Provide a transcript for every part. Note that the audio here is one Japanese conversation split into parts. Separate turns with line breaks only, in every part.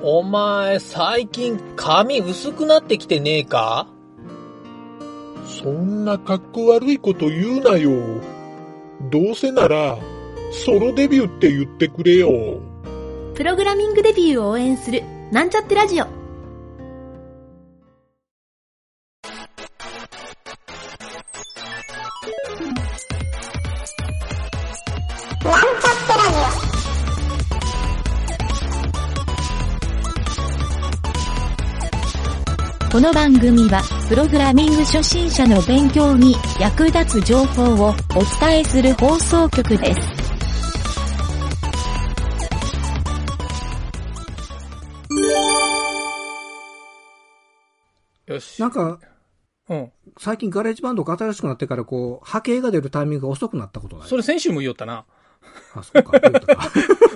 お前、最近髪薄くなってきてねえか
そんな格好悪いこと言うなよ。どうせなら、ソロデビューって言ってくれよ。
プログラミングデビューを応援する、なんちゃってラジオ。
この番組は、プログラミング初心者の勉強に役立つ情報をお伝えする放送局です。
よし。
なんか、
うん。
最近ガレージバンドが新しくなってから、こう、波形が出るタイミングが遅くなったことない
そ。れ先週も言おったな。
あ、そうか。言うたか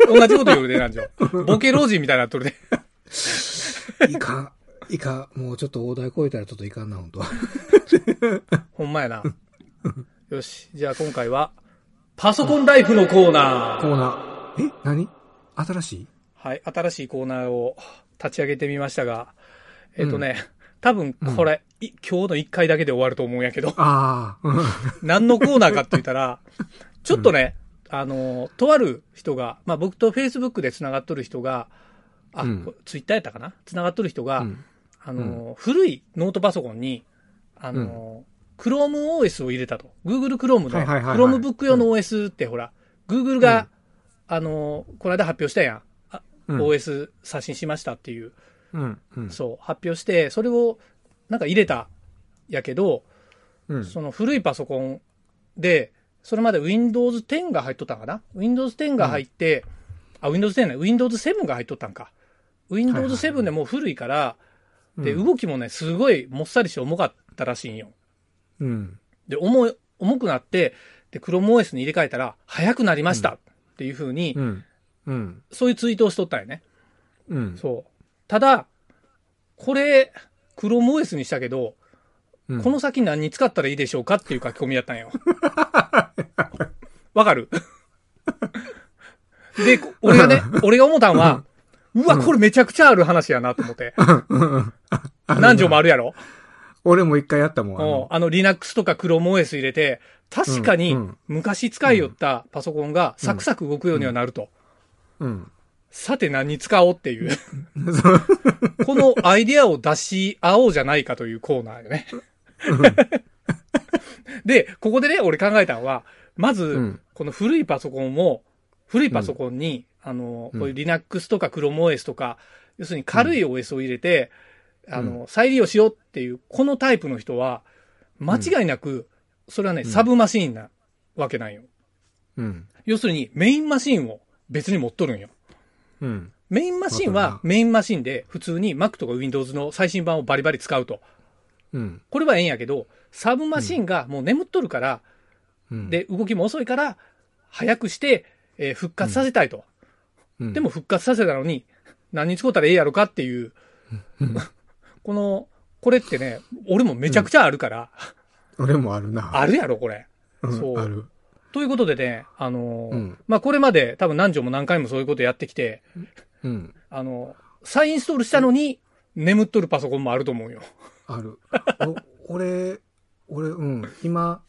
同じこと言うで、なんじゃ。ボケ老人みたいになっとるで。
いかん。いかん。もうちょっと大台超えたらちょっといかんな、ほん と。
ほんまやな。よし。じゃあ今回は、パソコンライフのコーナ
コ
ー。
ーナー。え何新しい
はい。新しいコーナーを立ち上げてみましたが、えっ、とね、多分これ、い今日の1回だけで終わると思うんやけど、
ああ。うん
何のコーナーかって言ったら、ちょっとね、あの、とある人が、まあ僕と Facebook で繋がっとる人が、あ、
うん
これ Twitter やったかな繋がっとる人が、
うん
あの、古いノートパソコンに、あの、ChromeOS を入れたと。Google Chrome の、
はいはいはいはい
Chromebook 用の OS ってほら、Google が、あの、この間発表したやん。あ
うん
OS 刷新しましたっていう、
うん。うん。
そう、発表して、それをなんか入れたやけど、
うん。
その古いパソコンで、それまで Windows 10が入っとったんかな ?Windows 10が入って、あ、Windows 10ね、Windows 7が入っとったんか。Windows 7でもう古いから、で、動きもね、すごいもっさりして重かったらしいんよ。
うん。
で、重い、重くなって、で、ChromeOS に入れ替えたら、早くなりましたっていう風に、
うん。うん。
そういうツイートをしとったんよね。
うん。
そう。ただ、これ、ChromeOS にしたけど、
うん
この先何に使ったらいいでしょうかっていう書き込みやったんよ。 わかるで、こ俺がね、俺が思ったんは、うわ、これめちゃくちゃある話やなと思って。何条もあるやろ
俺も一回やったもんあ
うん
の。
あの Linux とか ChromeOS 入れて、確かに
うんうん
昔使いよったパソコンがサクサク動くようにはなると。
うん。
さて何に使おうっていう。このアイデアを出し合おうじゃないかというコーナーよね。で、ここでね、俺考えたのは、まず、
ん
この古いパソコンを、古いパソコンに、あの、こういう Linux とか ChromeOS とか、要するに軽い OS を入れて、あの、再利用しようっていう、このタイプの人は、間違いなく、それはね、サブマシーンなわけなんよ。
うん。
要するに、メインマシーンを別に持っとるんよ。
うん。
メインマシン
わか
は
る
メインマシンで普通に Mac とか Windows の最新版をバリバリ使うと。
うん。
これはええんやけど、サブマシンがもう眠っとるから、
うん。
で、動きも遅いから、早くして、えー復活させたいと。
うん、
でも復活させたのに、何に使ったらええやろかっていう。 この、これってね、俺もめちゃくちゃあるから、
俺もあるな。
あるやろ、これ。
うん
そう
ある。
ということでね、あのー
うん
まあ、これまで多分何条も何回もそういうことやってきて、
うん。
あの、再インストールしたのに、眠っとるパソコンもあると思うよ。
ある。お俺、俺、うん。今、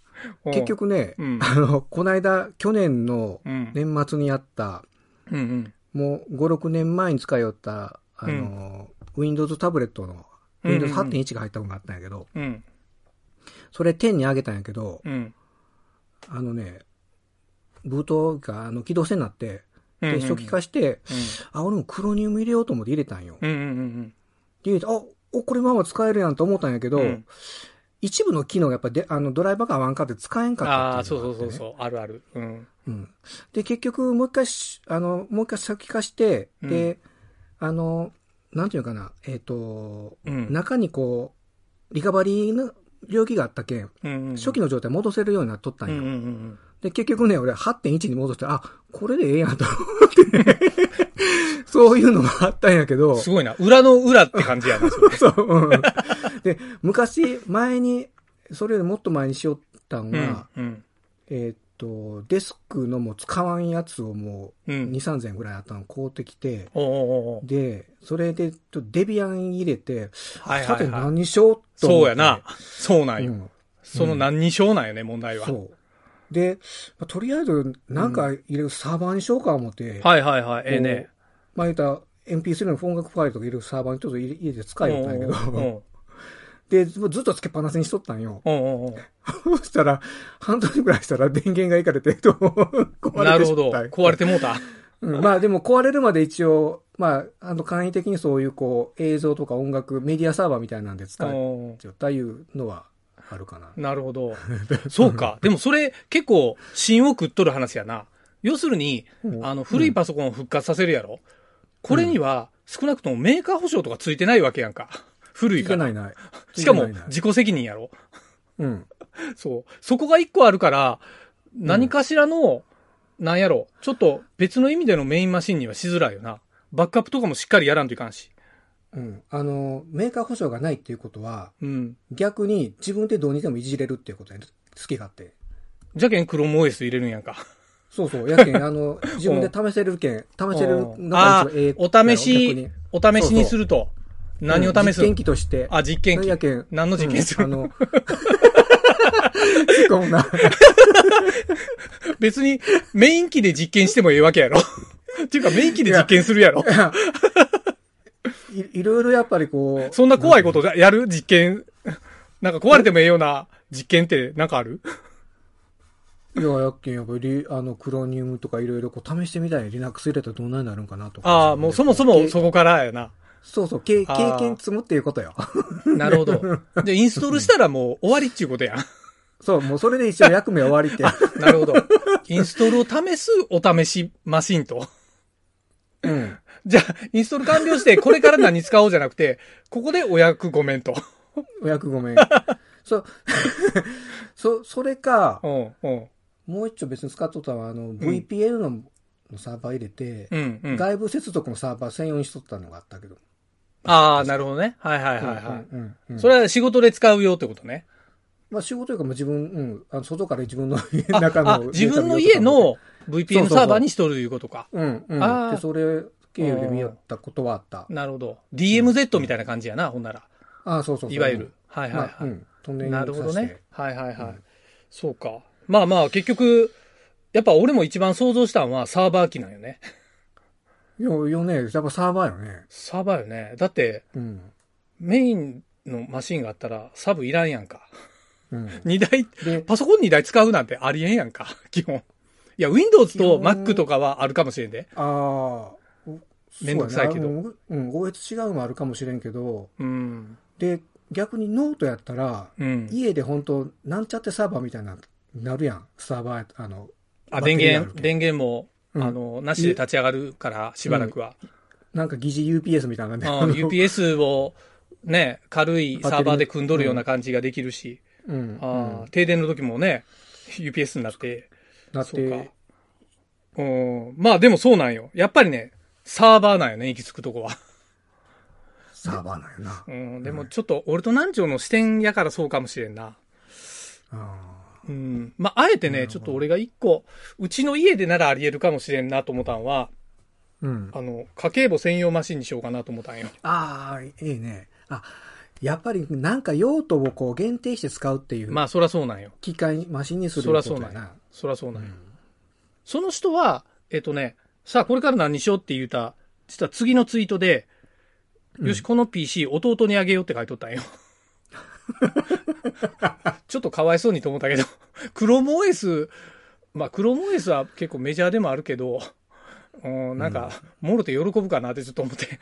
うん
結、局ね、
うん
あの、こないだ、去年の
うん。
年末にやった、
うんうん。
もう5、6年前に使いよった、あの、Windows タブレットの、
うんうんうん
Windows 8.1が入ったのがあったんやけど、
うん。
それ10に上げたんやけど、
うん。
あのね、ブートが、あの、起動せになって、
うん
で、初期化して、
う
あ、俺もクロニウム入れようと思って入れたんよ。
ん。うんうんうん
で、入れてあ、お、これまま使えるやんと思ったんやけ
う
ど、
ん。うん。
一部の機能がやっぱで、あの、ドライバーが合わんかって使えんか
あ
った
あー、
ってい
そうう
の
そ
が
うそうそ
う。
う。あるある。うん。
うん。で、結局、もう一回し、あの、もう一回先化して、で、あの、なんていうかな、えっ、と、
うん。
中にこう、リカバリーの領域があったけん、
うんうん、
初期の状態戻せるようになっとったん
う
よ。
んうんうん
で、結局ね、俺8.1に戻して、あ、これでええやんと思って、 そういうのもあったんやけ
う
ど、
ん。すごいな。裏の裏って感じやな。それ
そう、うん。で、昔、前に、それよりもっと前にしよった
う
ん
ん
が、。
うん。
えーっと、デスクのもう使わんやつをも
う
う2、
ん。
3000ぐらいあったの買うてきて、
おうおうおう
で、それで、デビアン入れて、
はい
さ
は
て
いはい。
何しようと思って。
そうやな。そうなん
う
よ。
ん。
その何にしようなんよね、問題は。
そう。で、まあとりあえず、なんか入れるサーバーにしようか思って、
はいはいはい。ええね。
まあ言ったら MP3 の音楽ファイルとか入れるサーバーにちょっと入れ入れて使えよったんやけ
うん
ど、で、ずっとつけっぱなしにしとったんよ。
うんうんうんうん
そしたら、半年ぐらいしたら電源がいかれて、どう
うん。
壊
な
れ
る
て
ほ
しま
ど。
ったんよ
壊れてもうた。
うんまあでも壊れるまで一応、まあ、あの簡易的にそういうこう映像とか音楽、メディアサーバーみたいなんで使え
うん
ちゃったいうのはあるかな。
なるほど。そうか。でもそれ結構芯を食っとる話やな。要するに、
うん
あの古いパソコンを復活させるやろ。これには少なくともメーカー保証とかついてないわけやんか。 古い
つ
か
けな
ら。
いない。
しかも
つけないない
自己責任やろ。
うん。
そう。そこが一個あるから、何かしらの、なんやろ、ちょっと別の意味でのメインマシンにはしづらいよな。バックアップとかもしっかりやらんといかんし。
うん。あの、メーカー保証がないっていうことは、
うん。
逆に自分でどうにでもいじれるっていうことやね。好き勝手。
じゃけんクロム OS 入れるんやんか。
そうそう。やけ ん、あの、自分で試せるけん、試せるのが
あ
一応ええ
お試
逆に
し、お試しにすると。何を試す
実
の
験機として。
あ、実験機。
やけん
何の実験する
うんあの、 こんな。
別にメイン機で実験してもいいわけやろ。 っていうかメイン機で実験するやろ。
いいろいろやっぱりこう。
そんな怖いことやる実験。なんか壊れてもええような実験ってなんかある
いや、やっけん、やっぱり、あの、クロニウムとかいろいろこう試してみたい。Linux 入れたらどんなになるんかなとか。
ああ、もうそもそもそこからやな。
そうそう、経
あ
経
ー
験積むっていうことよ。
なるほど。 で、インストールしたらもう終わりっちゅうことやん。
そう、もうそれで一応役目終わ りって。
なるほど。インストールを試すお試しマシンと。
うん。
じゃあ、インストール完了して、これから何使おうじゃなくて、ここでお役ごめんと。
お役ご めん。そう、 そ、それか
う、ん、うん、
もう一丁別に使っとったのは、あの、VPN ののサーバー入れて、
うん、うん。
外部接続のサーバー専用にしとったのがあったけど。
ああ、なるほどね。はいはいはいはい。
うんうんうん
それは仕事で使うよってことね。
まあ仕事というか、まあ自分、うん、あの外から自分の家
あ
の中の
あ自分の家、の
そう
VPN
そう
サーバーにしとるいうことか。
うん、う
あ
ん。
ー
で、それ経由で見よったことはあった。
なるほど。DMZ みたいな感じやな、ほんなら。
ああ、そうそうそう。
いわゆる。。はいはい
ま
はい
あ、。うん。飛んで
なるほどね。。はいはいはい。
うん
そうか。まあまあ、結局、やっぱ俺も一番想像したのはサーバー機なんよね。
よ、よね、やっぱサーバーよね。
サーバーよね。だって、
うん。
メインのマシンがあったらサブいらんやんか。
うん。
二台、
で、
パソコン二台使うなんてありえんやんか。 基本。いや、Windows と
基本
Mac とかはあるかもしれんで。
ああ、
めんどくさいけど
そうやな。うん、OS 違うのもあるかもしれんけど、
うん。
で、逆にノートやったら、
うん。
家で本当なんちゃってサーバーみたいな、なるやん。サーバー、あの、
あ、
バッテ
電
リーある
源、電源も、
うん
あの、なしで立ち上がるから、しばらくは。
なんか疑似 UPS みたいなね。
うん UPS を、ね、軽いサーバーで組んどるような感じができるし、
うん。
あー
うん
停電の時もね、UPS になって、
だっ
そうか
て、。
うん、まあでもそうなんよ。やっぱりね、サーバーなんよね、行き着くとこは。
サーバーなんやな。
うん、でもちょっと、俺と南條の視点やからそうかもしれんな。
あ
うん。まあ、あえてね、ちょっと俺が一個、うちの家でならあり得るかもしれんなと思ったんは、
ーうん。
あの、家計簿専用マシンにしようかなと思ったんよ。
ああ、いいね。あ、やっぱりなんか用途をこう限定して使うっていう、
まあ、そらそうなんよ。
機械、マシンにする
そ
こ
らそう
とや
なんや
な。。
そらそうなんや。その人は、えっとね、さあこれから何にしようって言うた、実は次のツイートで、よし、この PC 弟にあげようって書いとった んよ。ちょっとかわいそうにと思ったけど、クロム OS、まあクロム OS は結構メジャーでもあるけど、うん、なんか、もろて喜ぶかなってちょっと思って。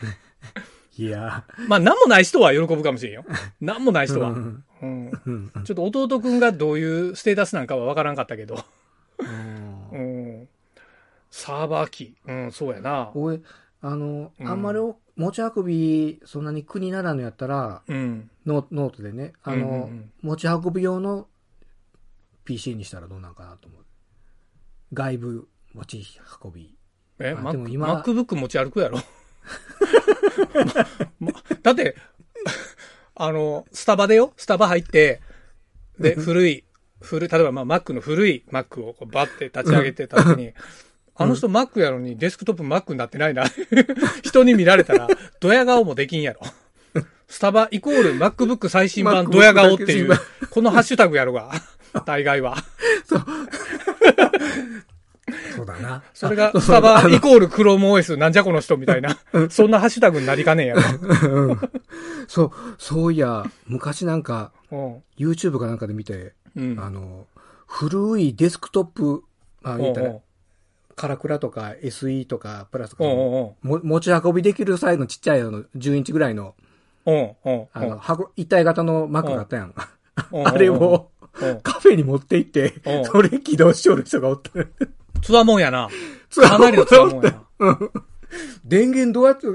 いや
まあ、なんもない人は喜ぶかもしれんよ。なんもない人は。
う
うんん。
うん
ちょっと弟くんがどういうステータスなんかはわからんかったけど。
うん
うん。サーバー機。うん、そうやな。
俺、あの、
うん
あんまりお持ち運び、そんなに国ならぬやったら、
うん。
ノノートでね、あの、
うんうんうん
持ち運び用の PC にしたらどうなんかなと思う。外部持ち運び。
え、
あ
マ
で
ッ
も
ク
今
MacBook 持ち歩くやろ。 まだ って、あの、スタバでよ、スタバ入って、で、古い古い、例えばまあ Mac の古い Mac をこうバッて立ち上げてた時に、あの人 Mac やのにデスクトップ Mac になってない な。人に見られたら、ドヤ顔もできんやろ。スタバイコール MacBook 最新版
MacBook
ドヤ顔っていう
最新、
このハッシュタグやろが、大概は。
そうだな。
それが
あ
スタバ
あの
イコール ChromeOS なんじゃこの人みた いな、そんなハッシュタグになりかねえやろ。
うんそう、そういや、昔なんか、
うん。
YouTube かなんかで見て、
うん。
あの、古いデスクトップ、まあ、
うんう
言
ん
ったら、カラクラとか SE とか、プラスとか
うんう
も、
んうん
も持ち運びできるサイズのちっちゃいあの、10インチぐらいの、
うんうん
あの、箱、一体型の Mac があったやん。
うん
あれを
うん
カフェに持って行って
うん、
それ起動しよる人がおった。
つわもんやな。
つわ
かなりのつわもんや な。
電源どうやって、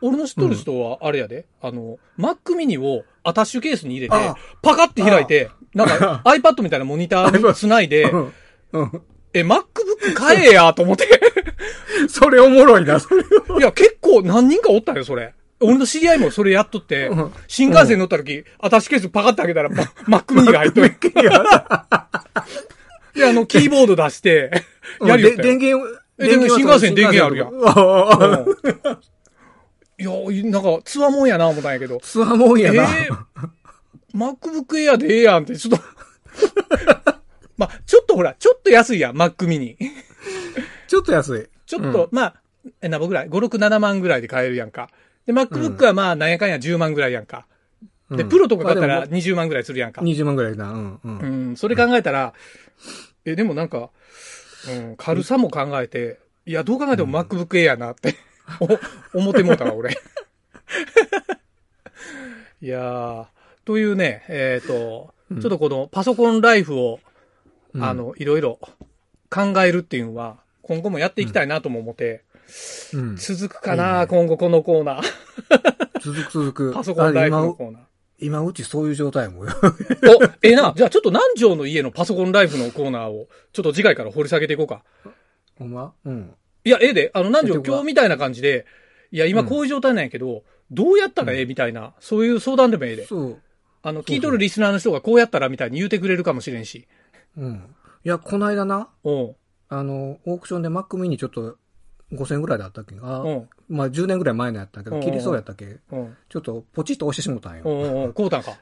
俺の知っとる人は、あれやで、あの、Mac mini をアタッシュケースに入れて
ああ、
パカって開いて、なん か iPad みたいなモニターに繋いで、
うんうん
え、MacBook 買えやと思って。
それおもろいな、それ
いや、結構何人かおったよ、それ。俺の知り合いもそれやっとって
うん、
新幹線乗った時、アタッシュケースパカって開けたら、ま Mac mini が入っと る。
いや
で、あの、キーボード出して、やりよっ
で
たよ
電。源を、
えでも新幹線電源あるやん
ん。
うんいや、なんか、つわもんやな、思ったんやけど。
つわもんやな。
えー、MacBook Air でええやんって、ちょっと。 まあ、ちょっとほら、ちょっと安いやん、Mac mini。
ちょっと安い。
ちょっと、まあ、え、な、僕ら、5、6、7万ぐらいで買えるやんか。で、MacBook はまあ、なんやかんや10万ぐらいやんか。で、
うん
プロとか買った
ま
ら
あでも
20万ぐらいするやんか。
20万ぐらいな。うんう。
うんん、それ考えたら、え、でもなんか、うん、軽さも考えて、いや、どう考えても MacBook Air やなって、 お、思ってもうたわ、俺。 いやー、というね、えっ、と、
ん
ちょっとこのパソコンライフを、
うん
あ、の、いろいろ考えるっていうのは、今後もやっていきたいなとも思って、
うん
続くかな、今後このコーナー。
続く続く。
パソコンライフ
あ
の
れ
コーナー。
今、今うちそういう状態やもんよ。
お、ええな、じゃあちょっと南條の家のパソコンライフのコーナーを、ちょっと次回から掘り下げていこうか。
ほんまうん。
いや、ええで、あの、南條
結局は
今日みたいな感じで、いや、今
うん
こういう状態なんやけど、どうやったらええみたいな、そういう相談でもええで。
そう。
あの、
そう
聞いとるリスナーの人がこうやったらみたいに言うてくれるかもしれんし。
うん。いや、この間な、
うん。
あの、オークションで Mac mini ちょっと5000円ぐらいだったっけあ、
うん。
まあ10年ぐらい前のやったけ
う
ど、
ん
切りそうやったっけ
うん。
ちょっとポチッと押してしもたん
う
よ。
んうんうん。こうたんか。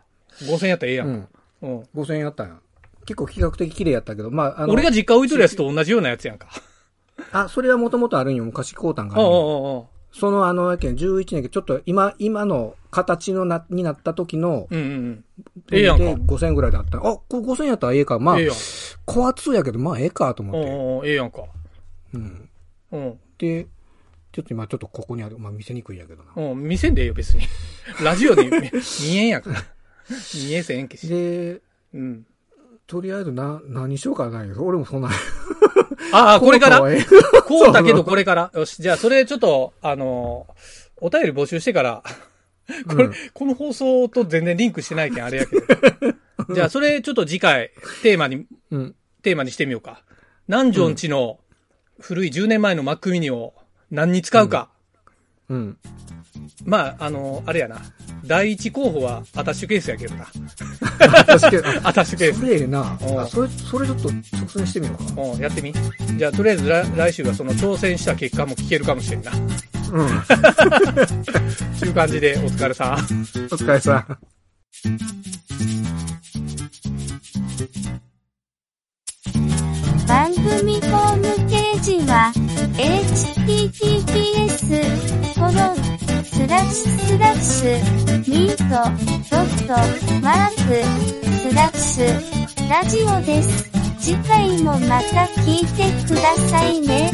5000やったらええやん。
う
うん。
ん。5000円やったんや。結構比較的綺麗やったけど、まあ、あの、
俺が実家置いとるやつと同じようなやつやんか。
あ、それはもともとあるんよ、昔こうたんがあ
うん
る
うん
よ。
うん
そのあの、やけん11年けどちょっと今、今の形のな、になった時の、
うん。うんうんうん。ええやんか
で5000円ぐらいだった。あ、これ5000円やったらええか。まあ
ええ、やん。
コア2やけど、まあええかと
う
思
ん
っ
う
て。
んうん。ええやんか。
うん。
うん。
で、ちょっと今ちょっとここにある。まあ見せにくいやけどな。
うん。見せんでええよ、別に。 ラジオで見見えんやんから。見えせんけし。
で、
うん。
とりあえずな、何しようかないよ。俺もそんな。
ああ、これから
効果はええ
こうだけどこれから。よし、じゃあそれちょっと、あのーお便り募集してから、これ、
うん
この放送と全然リンクしてないけん、あれやけど。じゃあそれちょっと次回、テーマに、
うん。
テーマにしてみようか。南條んちの古い10年前の Mac mini を何に使うか。
うん。
まあ、あのーあれやな。第一候補はアタッシュケースやけどな。
確かに。
アタッシュケー
そ
ス。
れええな。
うん
あそれ、それちょっと挑戦してみようか。
うん、やってみ。じゃあとりあえずら来週はその挑戦した結果も聞けるかもしれんな。
うん。お
という感じでお疲れさん。
疲れさん。
番組ホームページは https コロンスラッシュスラッシュミートドットマークスラッシュラジオです。次回もまた聞いてくださいね。